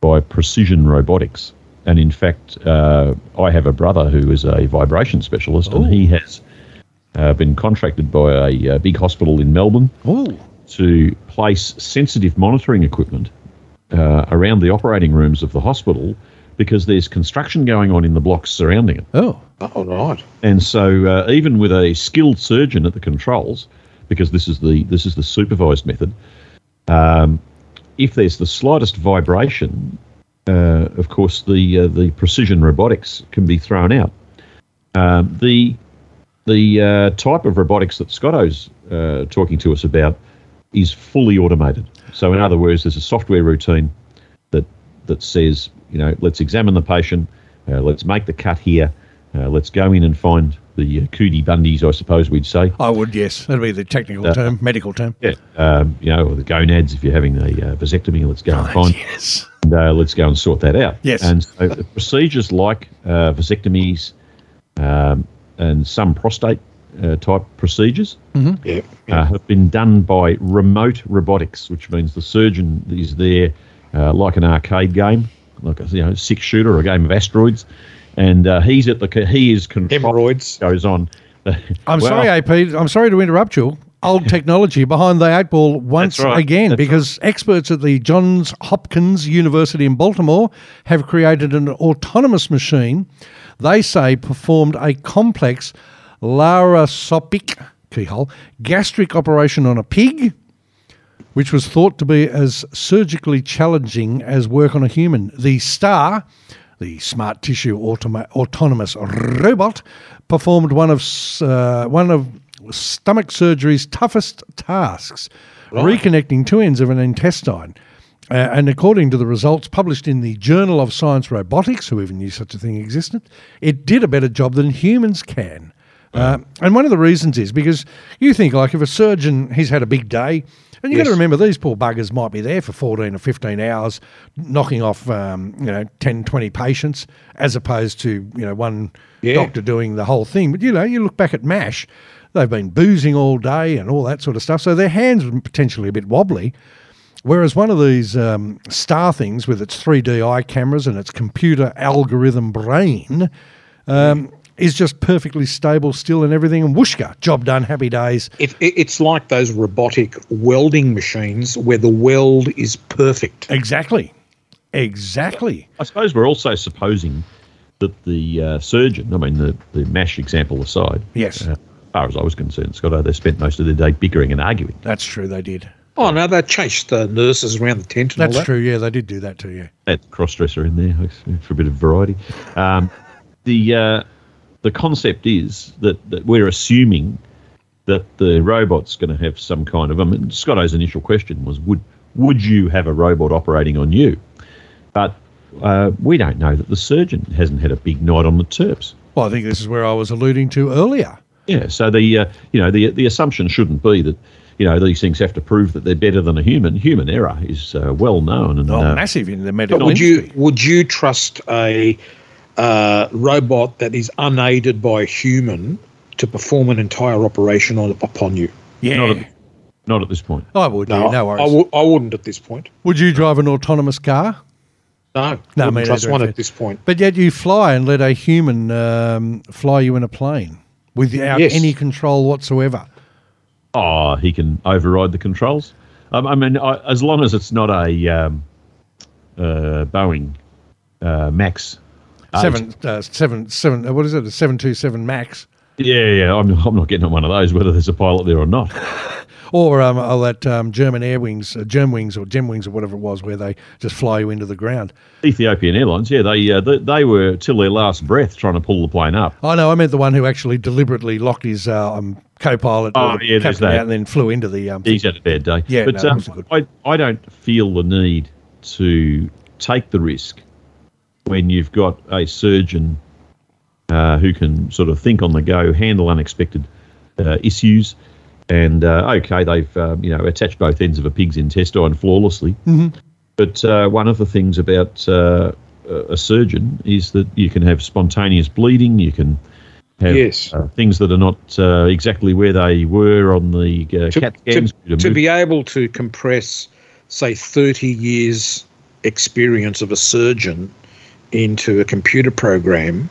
[SPEAKER 4] by precision robotics. And in fact, uh, I have a brother who is a vibration specialist, and he has uh, been contracted by a, uh big hospital in Melbourne
[SPEAKER 2] Ooh.
[SPEAKER 4] to place sensitive monitoring equipment uh, around the operating rooms of the hospital because there's construction going on in the blocks surrounding it.
[SPEAKER 2] Oh.
[SPEAKER 3] Oh, right.
[SPEAKER 4] And so, uh, even with a skilled surgeon at the controls, because this is the this is the supervised method, um, if there's the slightest vibration, uh, of course the uh, the precision robotics can be thrown out. Um, the the uh, type of robotics that Scotto's uh, talking to us about is fully automated. So, in other words, there's a software routine that that says, you know, let's examine the patient, uh, let's make the cut here, uh, let's go in and find the uh, cootie bundies, I suppose we'd say.
[SPEAKER 2] I would, yes. That'd be the technical
[SPEAKER 4] Uh,
[SPEAKER 2] term, medical term.
[SPEAKER 4] Yeah. Um, you know, or the gonads if you're having a uh, vasectomy, let's go and find,
[SPEAKER 2] Yes.
[SPEAKER 4] and, uh, let's go and sort that out.
[SPEAKER 2] Yes.
[SPEAKER 4] And so the procedures like uh, vasectomies um, and some prostate uh, type procedures
[SPEAKER 3] Yeah.
[SPEAKER 4] uh, have been done by remote robotics, which means the surgeon is there uh, like an arcade game, like a you know six shooter or a game of asteroids, and uh, he's at the co- he is control
[SPEAKER 3] Hemorrhoids.
[SPEAKER 4] goes on.
[SPEAKER 2] I'm sorry, AP. I'm sorry to interrupt you. Old technology behind the eight ball once
[SPEAKER 4] That's right.
[SPEAKER 2] again,
[SPEAKER 4] That's
[SPEAKER 2] because experts at the Johns Hopkins University in Baltimore have created an autonomous machine. They say performed a complex larysopic keyhole gastric operation on a pig, which was thought to be as surgically challenging as work on a human. The STAR, the smart tissue automa- autonomous robot, performed one of s- uh, one of stomach surgery's toughest tasks, reconnecting two ends of an intestine. Uh, and according to the results published in the Journal of Science Robotics, who even knew such a thing existed, it did a better job than humans can. Uh, and one of the reasons is because you think, like, if a surgeon, he's had a big day, and you've got to
[SPEAKER 3] Yes.
[SPEAKER 2] remember these poor buggers might be there for 14 or 15 hours knocking off, um, you know, 10, 20 patients as opposed to, you know, one
[SPEAKER 3] Yeah.
[SPEAKER 2] doctor doing the whole thing. But, you know, you look back at MASH, they've been boozing all day and all that sort of stuff. So their hands are potentially a bit wobbly. Whereas one of these um, star things with its 3D eye cameras and its computer algorithm brain um, is just perfectly stable still and everything. And whooshka, job done, happy days.
[SPEAKER 3] It, it, it's like those robotic welding machines where the weld is perfect.
[SPEAKER 2] Exactly. Exactly.
[SPEAKER 4] I suppose we're also supposing that the uh, surgeon, I mean the the mash example aside,
[SPEAKER 2] Yes.
[SPEAKER 4] uh, as far as I was concerned, Scotto, they spent most of their day bickering and arguing.
[SPEAKER 2] That's true, they did.
[SPEAKER 3] Oh, no, they chased the nurses around the tent and
[SPEAKER 2] That's
[SPEAKER 3] all that.
[SPEAKER 2] true, yeah, they did do that to you.
[SPEAKER 4] that crossdresser in there for a bit of variety. Um, the uh, the concept is that, that we're assuming that the robot's going to have some kind of. I mean, Scotto's initial question was, would would you have a robot operating on you? But uh, we don't know that the surgeon hasn't had a big night on the turps.
[SPEAKER 2] Well, I think this is where I was alluding to earlier.
[SPEAKER 4] Yeah. So the uh, you know the the assumption shouldn't be that. You know these things have to prove that they're better than a human. Human error is uh, well known, and
[SPEAKER 2] Oh,
[SPEAKER 4] uh,
[SPEAKER 2] massive in the
[SPEAKER 3] But
[SPEAKER 2] medical
[SPEAKER 3] would you
[SPEAKER 2] industry.
[SPEAKER 3] would you trust a uh, robot that is unaided by a human to perform an entire operation on, upon you?
[SPEAKER 2] Yeah.
[SPEAKER 4] Not at, not at this point.
[SPEAKER 2] I would. No,
[SPEAKER 3] No,
[SPEAKER 2] no
[SPEAKER 3] I
[SPEAKER 2] worries.
[SPEAKER 3] I, w- I wouldn't at this point.
[SPEAKER 2] would you drive an autonomous car?
[SPEAKER 3] No,
[SPEAKER 2] No,
[SPEAKER 3] wouldn't
[SPEAKER 2] me
[SPEAKER 3] trust
[SPEAKER 2] neither,
[SPEAKER 3] one
[SPEAKER 2] if
[SPEAKER 3] at
[SPEAKER 2] it-
[SPEAKER 3] this point.
[SPEAKER 2] But yet you fly and let a human um, fly you in a plane without
[SPEAKER 3] Yes.
[SPEAKER 2] any control whatsoever.
[SPEAKER 4] Oh, he can override the controls. Um, I mean, I, as long as it's not a um, uh, Boeing uh, Max. eight.
[SPEAKER 2] Seven, uh, seven, seven. uh, What is it? A seven two seven Max
[SPEAKER 4] Yeah, yeah. I'm, I'm not getting on one of those, whether there's a pilot there or not.
[SPEAKER 2] or um, oh, that um, German Air Wings, uh, Germ Wings or Gem Wings or whatever it was, where they just fly you into the ground.
[SPEAKER 4] Ethiopian Airlines, yeah, they, uh, they they were till their last breath trying to pull the plane up.
[SPEAKER 2] I know. I meant the one who actually deliberately locked his uh, um, co-pilot
[SPEAKER 4] Oh,
[SPEAKER 2] or the
[SPEAKER 4] yeah, there's
[SPEAKER 2] captain
[SPEAKER 4] that.
[SPEAKER 2] out and then flew into the. Um,
[SPEAKER 4] He's had a bad day.
[SPEAKER 2] Yeah,
[SPEAKER 4] but
[SPEAKER 2] no,
[SPEAKER 4] um,
[SPEAKER 2] that's good.
[SPEAKER 4] I I don't feel the need to take the risk when you've got a surgeon uh, who can sort of think on the go, handle unexpected uh, issues, and uh, okay, they've um, you know attached both ends of a pig's intestine flawlessly.
[SPEAKER 2] Mm-hmm.
[SPEAKER 4] But uh, one of the things about uh, a a surgeon is that you can have spontaneous bleeding. You can have
[SPEAKER 3] Yes.
[SPEAKER 4] uh, things that are not uh, exactly where they were on the uh,
[SPEAKER 3] To,
[SPEAKER 4] CAT
[SPEAKER 3] to,
[SPEAKER 4] scans. could have
[SPEAKER 3] to
[SPEAKER 4] moved-
[SPEAKER 3] be able to compress, say, 30 years' experience of a surgeon into a computer program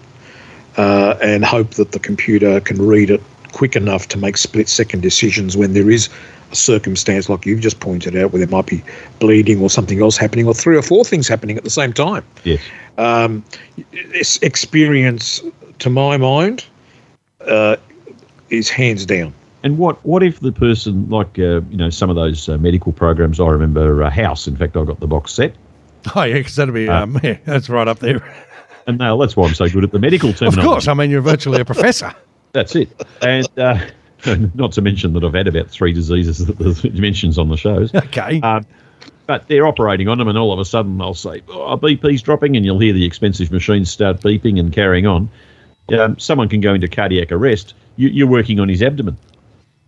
[SPEAKER 3] uh, and hope that the computer can read it quick enough to make split second decisions when there is a circumstance like you've just pointed out where there might be bleeding or something else happening or three or four things happening at the same time.
[SPEAKER 4] Yes.
[SPEAKER 3] um, this experience, to my mind, uh, is hands down.
[SPEAKER 4] And what what if the person like uh, you know some of those uh, medical programs? I remember uh, House. In fact, I got the box set,
[SPEAKER 2] oh yeah, because that'd be. Um, yeah, that's right up there.
[SPEAKER 4] and now that's why I'm so good at the medical
[SPEAKER 2] Of
[SPEAKER 4] terminology.
[SPEAKER 2] course. I mean, you're virtually a professor.
[SPEAKER 4] that's it. And uh, not to mention that I've had about three diseases that the mentions on the shows.
[SPEAKER 2] Okay.
[SPEAKER 4] Um, but they're operating on them, and all of a sudden they'll say, oh, BP's dropping, and you'll hear the expensive machines start beeping and carrying on. Um, someone can go into cardiac arrest. You, you're working on his abdomen.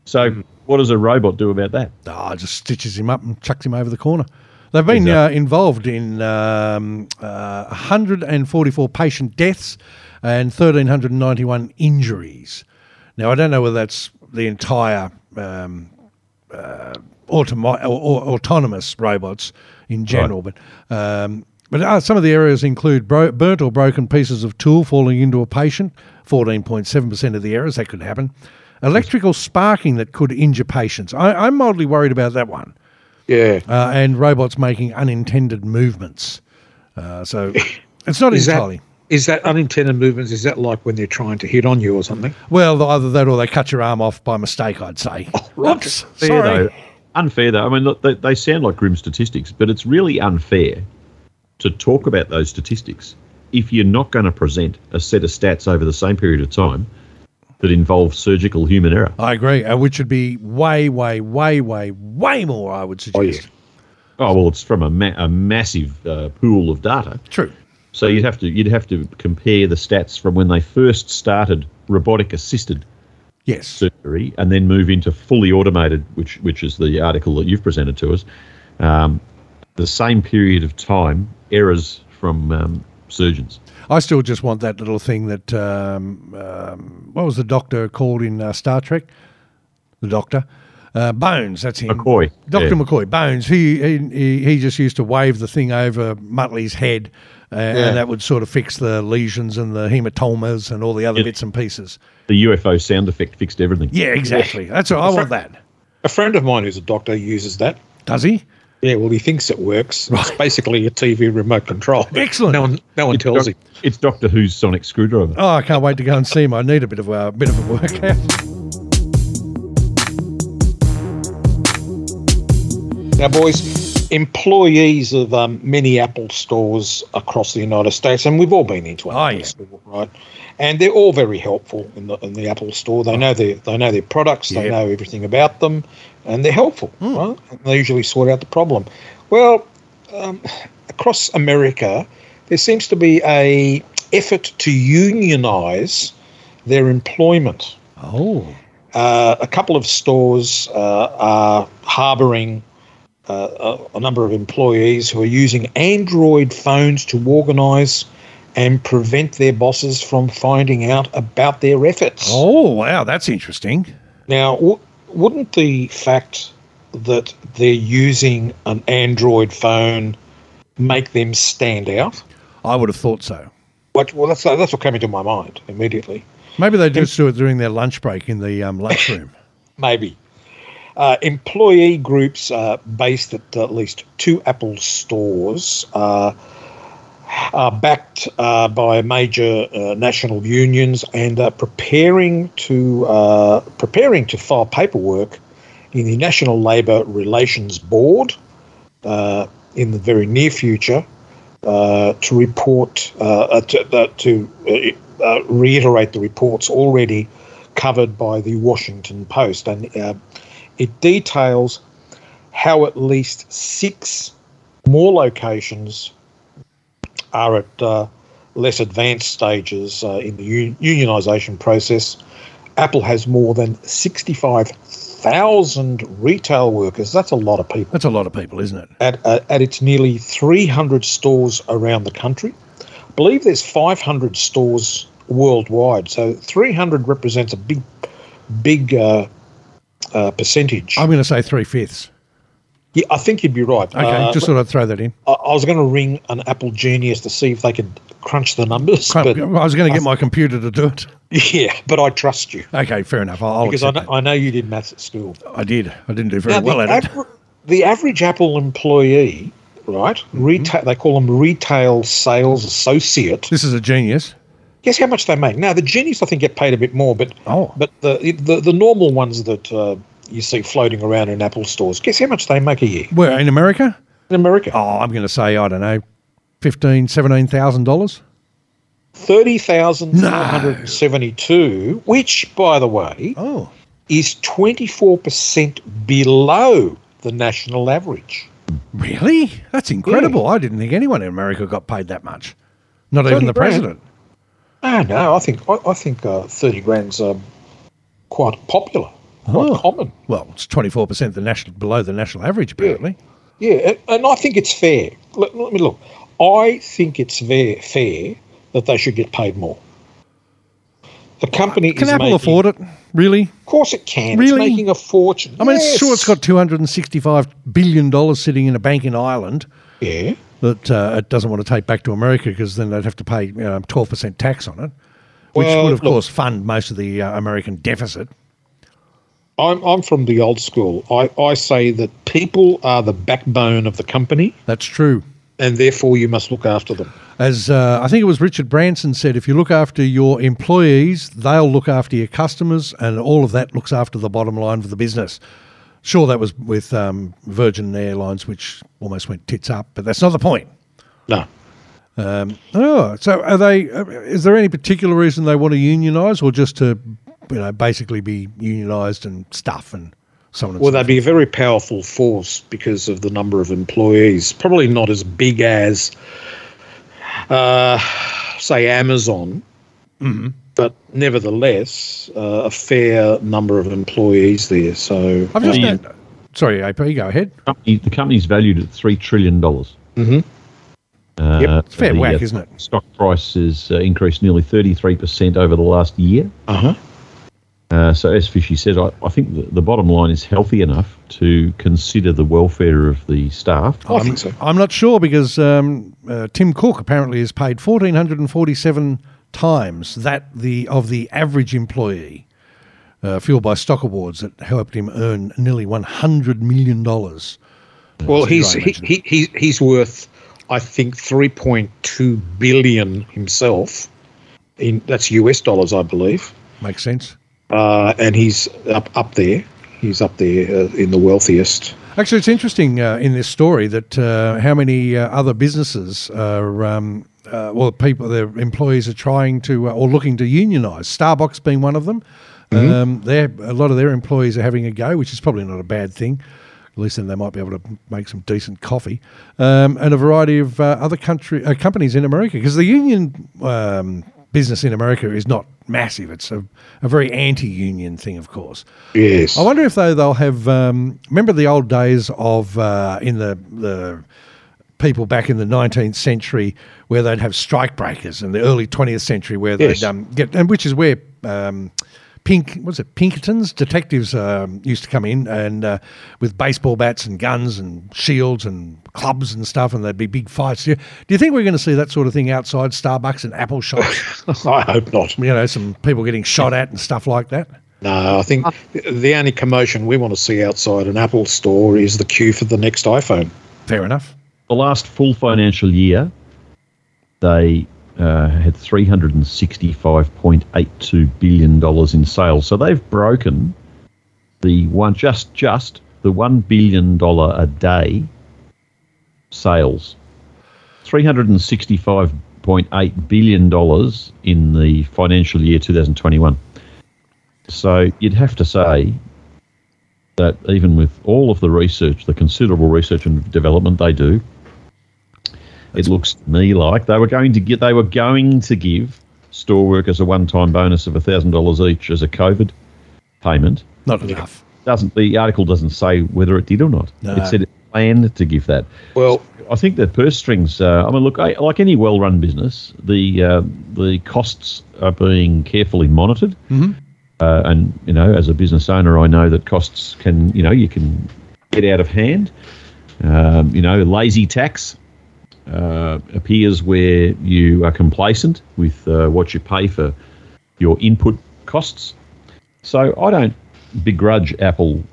[SPEAKER 4] So,
[SPEAKER 3] Hmm.
[SPEAKER 4] what does a robot do about that?
[SPEAKER 2] Ah, just stitches him up and chucks him over the corner. They've been
[SPEAKER 4] Exactly.
[SPEAKER 2] uh, involved in um, uh, 144 patient deaths and 1,391 injuries. Now, I don't know whether that's the entire um, uh, automi- or, or autonomous robots in general, but um, but uh, some of the areas include bro- burnt or broken pieces of tool falling into a patient, 14.7% of the errors, that could happen. Electrical sparking that could injure patients. I, I'm mildly worried about that one
[SPEAKER 3] Yeah.
[SPEAKER 2] uh, and robots making unintended movements. Uh, so it's not
[SPEAKER 3] Is
[SPEAKER 2] entirely.
[SPEAKER 3] that, is that unintended movements? Is that like when they're trying to hit on you or something?
[SPEAKER 2] well, either that or they cut your arm off by mistake, I'd say.
[SPEAKER 3] Oh, right.
[SPEAKER 2] Oops,
[SPEAKER 4] Fair,
[SPEAKER 2] sorry.
[SPEAKER 4] though. Unfair though. I mean, look, they, they sound like grim statistics, but it's really unfair to talk about those statistics if you're not going to present a set of stats over the same period of time that involve surgical human error.
[SPEAKER 2] I agree, uh, which would be way, way, way, way, way more, I would suggest.
[SPEAKER 3] yeah.
[SPEAKER 4] Oh well, it's from a, ma- a massive uh, pool of data,
[SPEAKER 2] True.
[SPEAKER 4] so you'd have to you'd have to compare the stats from when they first started robotic assisted
[SPEAKER 2] Yes.
[SPEAKER 4] surgery and then move into fully automated, which which is the article that you've presented to us. Um, the same period of time, errors from um, surgeons.
[SPEAKER 2] I still just want that little thing that, um, um, what was the doctor called in uh, Star Trek? The doctor. Uh, Bones, that's him.
[SPEAKER 4] McCoy,
[SPEAKER 2] Dr.
[SPEAKER 4] yeah.
[SPEAKER 2] McCoy, Bones. He, he- he he just used to wave the thing over Muttley's head, uh, and that would sort of fix the lesions and the hematomas and all the other
[SPEAKER 4] Yeah.
[SPEAKER 2] bits and pieces.
[SPEAKER 4] The UFO sound effect fixed everything.
[SPEAKER 2] Yeah, exactly. That's what I want that.
[SPEAKER 3] A friend of mine who's a doctor uses that.
[SPEAKER 2] Does he?
[SPEAKER 3] Yeah, well, he thinks it works. It's basically a TV remote control.
[SPEAKER 2] Excellent.
[SPEAKER 3] No one, no one tells him.
[SPEAKER 4] It's Doctor Who's sonic screwdriver.
[SPEAKER 2] Oh, I can't wait to go and see him. I need a bit of a bit of a workout.
[SPEAKER 3] Now, boys, employees of um, many Apple stores across the United States, and we've all been into an
[SPEAKER 2] Oh,
[SPEAKER 3] Apple
[SPEAKER 2] yeah.
[SPEAKER 3] store, right? And they're all very helpful in the in the Apple store.
[SPEAKER 2] Oh.
[SPEAKER 3] They know their they know their products, they know everything about them, and they're helpful,
[SPEAKER 2] Hmm.
[SPEAKER 3] right? And they usually sort out the problem. Well, um, across America, there seems to be a effort to unionize their employment
[SPEAKER 2] Oh,
[SPEAKER 3] uh, a couple of stores uh, are harbouring uh, a, a number of employees who are using Android phones to organise and prevent their bosses from finding out about their efforts.
[SPEAKER 2] oh, wow, that's interesting.
[SPEAKER 3] Now, w- wouldn't the fact that they're using an Android phone make them stand out?
[SPEAKER 2] I would have thought so.
[SPEAKER 3] What, well, that's that's what came into my mind immediately.
[SPEAKER 2] Maybe they just do it during their lunch break in the um, lunchroom.
[SPEAKER 3] Maybe uh, employee groups uh, based at at least two Apple stores uh, are backed uh, by major uh, national unions and are preparing to uh, preparing to file paperwork in the National Labor Relations Board uh, in the very near future uh, to report uh, uh, to, uh, to uh, uh, reiterate the reports already covered by the Washington Post, and uh, it details how at least six more locations are at uh, less advanced stages uh, in the u- unionisation process. Apple has more than 65,000 retail workers. That's a lot of people
[SPEAKER 2] That's a lot of people, isn't it?
[SPEAKER 3] at, uh, at its nearly 300 stores around the country. I believe there's 500 stores worldwide, so 300 represents a big, big uh, uh, percentage.
[SPEAKER 2] I'm going to say three fifths.
[SPEAKER 3] yeah, I think you'd be right.
[SPEAKER 2] Okay,
[SPEAKER 3] Uh,
[SPEAKER 2] just thought I'd throw that in.
[SPEAKER 3] I, I was going to ring an Apple genius to see if they could crunch the numbers,
[SPEAKER 2] I
[SPEAKER 3] but
[SPEAKER 2] was going to get my computer to do it.
[SPEAKER 3] yeah, but I trust you
[SPEAKER 2] Okay, fair enough. I'll, I'll
[SPEAKER 3] because I
[SPEAKER 2] accept
[SPEAKER 3] know, I know you did maths at school.
[SPEAKER 2] that. I did. I didn't do very
[SPEAKER 3] Now,
[SPEAKER 2] well
[SPEAKER 3] the,
[SPEAKER 2] at it.
[SPEAKER 3] aver- the average Apple employee, right?
[SPEAKER 2] Mm-hmm.
[SPEAKER 3] Retail, they call them retail sales associate.
[SPEAKER 2] This is a genius.
[SPEAKER 3] Guess how much they make now? The genies, I think, get paid a bit more, but
[SPEAKER 2] Oh.
[SPEAKER 3] but the the, the normal ones that uh, you see floating around in Apple stores. Guess how much they make a year
[SPEAKER 2] Where in America?
[SPEAKER 3] in America?
[SPEAKER 2] Oh, I'm going to say I don't know, fifteen, seventeen thousand dollars.
[SPEAKER 3] Thirty thousand seven hundred seventy-two, which, by the way,
[SPEAKER 2] Oh,
[SPEAKER 3] is twenty-four percent below the national average.
[SPEAKER 2] really? That's incredible. I didn't think anyone in America got paid that much. Not even the
[SPEAKER 3] grand.
[SPEAKER 2] president.
[SPEAKER 3] Oh, no, I think I, I think uh, thirty grand's um, quite popular, quite
[SPEAKER 2] Oh.
[SPEAKER 3] common.
[SPEAKER 2] Well, it's twenty four percent the national below the national average apparently.
[SPEAKER 3] Yeah, and- and I think it's fair. Let, let me look. I think it's fair, fair that they should get paid more. The company
[SPEAKER 2] Can
[SPEAKER 3] is
[SPEAKER 2] Apple
[SPEAKER 3] making-
[SPEAKER 2] afford it? Really?
[SPEAKER 3] Of course, it can.
[SPEAKER 2] Really?
[SPEAKER 3] It's making a fortune.
[SPEAKER 2] I mean,
[SPEAKER 3] Yes.
[SPEAKER 2] sure, it's got two hundred and sixty five billion dollars sitting in a bank in Ireland.
[SPEAKER 3] Yeah,
[SPEAKER 2] that uh, it doesn't want to take back to America because then they'd have to pay uh, twelve percent tax on it, which
[SPEAKER 3] Well,
[SPEAKER 2] would of
[SPEAKER 3] look-
[SPEAKER 2] course fund most of the uh, American deficit.
[SPEAKER 3] I'm I'm from the old school. I I say that people are the backbone of the company,
[SPEAKER 2] That's true.
[SPEAKER 3] and therefore you must look after them.
[SPEAKER 2] As uh, I think it was Richard Branson said, if you look after your employees, they'll look after your customers, and all of that looks after the bottom line for the business. Sure, that was with um, Virgin Airlines, which almost went tits up, but that's not the point.
[SPEAKER 3] No.
[SPEAKER 2] Oh, so are they? Is there any particular reason they want to unionise, or just to, you know, basically be unionised and stuff and so on? And
[SPEAKER 3] Well,
[SPEAKER 2] so
[SPEAKER 3] they'd be a very powerful force because of the number of employees. Probably not as big as, uh, say, Amazon, Mm-hmm. but nevertheless, uh, a fair number of employees there. So,
[SPEAKER 2] I've just
[SPEAKER 4] Yeah.
[SPEAKER 2] had- sorry, AP, go ahead.
[SPEAKER 4] company, the company's valued at three trillion dollars. Uh,
[SPEAKER 3] Yep.
[SPEAKER 2] Mm-hmm. It's fair
[SPEAKER 4] the,
[SPEAKER 2] whack,
[SPEAKER 4] uh,
[SPEAKER 2] isn't it?
[SPEAKER 4] Stock price has uh, increased nearly thirty-three percent over the last year.
[SPEAKER 3] uh-huh.
[SPEAKER 4] Uh, so, as Fishy said, I, I think the, the bottom line is healthy enough to consider the welfare of the staff.
[SPEAKER 3] uh, I think so.
[SPEAKER 2] I'm not sure because um, uh, Tim Cook apparently is paid 1,447 times that the of the average employee, uh, fueled by stock awards that helped him earn nearly 100 million dollars.
[SPEAKER 3] Well, he's
[SPEAKER 2] I
[SPEAKER 3] he,
[SPEAKER 2] imagine.
[SPEAKER 3] he, he, he's worth, I think, three point two billion himself. In that's US dollars, I believe.
[SPEAKER 2] Makes sense.
[SPEAKER 3] Uh, and he's up up there. He's up there uh, in the wealthiest.
[SPEAKER 2] Actually, it's interesting uh, in this story that uh, how many uh, other businesses are, um, uh, well, people, their employees are trying to uh, or looking to unionise. Starbucks being one of them. Um, they're, a lot of their employees are having a go, which is probably not a bad thing. At least then they might be able to make some decent coffee. Um, and a variety of uh, other country uh, companies in America, because the union um, business in America is not massive. It's a, a very anti-union thing, of course.
[SPEAKER 3] Yes.
[SPEAKER 2] I wonder if though they'll have. Um, remember the old days of uh, in the the people back in the 19th century where they'd have strike breakers, and the early 20th century where
[SPEAKER 3] Yes.
[SPEAKER 2] they'd um, get and which is where um, Pink, what's it? Pinkertons detectives um, used to come in and uh, with baseball bats and guns and shields and clubs and stuff, and there'd be big fights. Do you, do you think we're going to see that sort of thing outside Starbucks and Apple shops?
[SPEAKER 3] I hope not.
[SPEAKER 2] you know, some people getting shot at and stuff like that.
[SPEAKER 3] No, I think the only commotion we want to see outside an Apple store is the queue for the next iPhone.
[SPEAKER 2] Fair enough.
[SPEAKER 4] The last full financial year, they uh, had $365.82 billion in sales. So they've broken the one just just the $1 billion a day sales. $365.8 billion in the financial year 2021. So you'd have to say that even with all of the research, the considerable research and development they do, it looks to me like they were going to get they were going to give store workers a one-time bonus of thousand dollars each as a COVID payment.
[SPEAKER 2] Not enough.
[SPEAKER 4] Doesn't the article doesn't say whether it did or not?
[SPEAKER 2] No.
[SPEAKER 4] It said it planned to give that.
[SPEAKER 3] Well,
[SPEAKER 4] I think the purse strings. Uh, I mean, look, I, like any well-run business, the uh, the costs are being carefully monitored.
[SPEAKER 2] Mhm.
[SPEAKER 4] Uh, and you know, as a business owner, I know that costs can you know you can get out of hand. Um, you know, lazy tax uh, appears where you are complacent with uh, what you pay for your input costs. So I don't begrudge Apple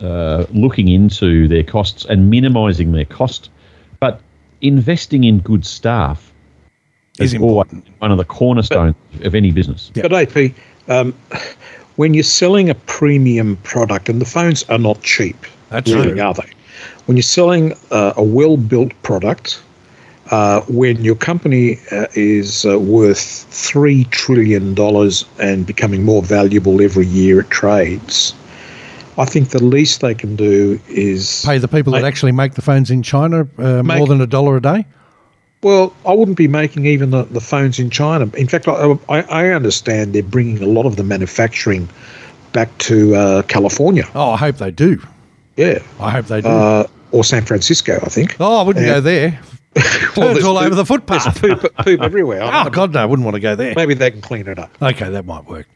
[SPEAKER 4] uh, looking into their costs and minimising their cost, but investing in good staff
[SPEAKER 2] Is
[SPEAKER 4] always
[SPEAKER 2] important.
[SPEAKER 4] one of the cornerstones of any business.
[SPEAKER 2] Yeah.
[SPEAKER 3] but AP, um, when you're selling a premium product, and the phones are not cheap,
[SPEAKER 2] That's
[SPEAKER 3] really,
[SPEAKER 2] true.
[SPEAKER 3] are they? When you're selling uh, a well-built product, uh, when your company uh, is uh, worth three trillion dollars and becoming more valuable every year it trades, I think the least they can do is
[SPEAKER 2] Pay the people that actually make the phones in China uh, more
[SPEAKER 3] Make-
[SPEAKER 2] than a dollar a day.
[SPEAKER 3] Well, I wouldn't be making even the, the phones in China. In fact, I, I, I understand they're bringing a lot of the manufacturing back to uh, California.
[SPEAKER 2] Oh, I hope they do.
[SPEAKER 3] Yeah.
[SPEAKER 2] I hope they do.
[SPEAKER 3] Uh, or San Francisco, I think.
[SPEAKER 2] oh, I wouldn't go there. Turds
[SPEAKER 3] there's
[SPEAKER 2] all over
[SPEAKER 3] poop-
[SPEAKER 2] the footpath.
[SPEAKER 3] Poop, poop everywhere.
[SPEAKER 2] Oh, God, no, I wouldn't want to go there.
[SPEAKER 3] Maybe they can clean it up.
[SPEAKER 2] Okay, that might work.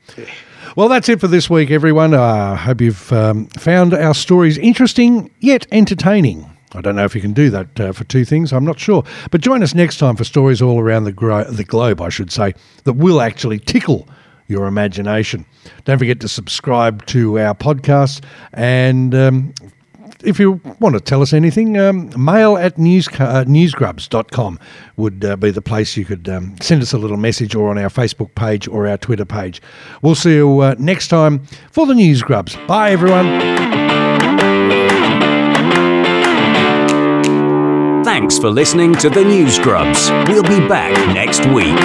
[SPEAKER 2] Well, that's it for this week, everyone. I hope you've um, found our stories interesting yet entertaining. I don't know if you can do that uh, for two things. I'm not sure. But join us next time for stories all around the, gro- the globe, I should say, that will actually tickle your imagination. Don't forget to subscribe to our podcast and um, if you want to tell us anything, um, mail at news, uh, newsgrubs.com would uh, be the place you could um, send us a little message or on our Facebook page or our Twitter page. We'll see you uh, next time for the News Grubs. Bye, everyone.
[SPEAKER 1] Thanks for listening to the News Grubs. We'll be back next week.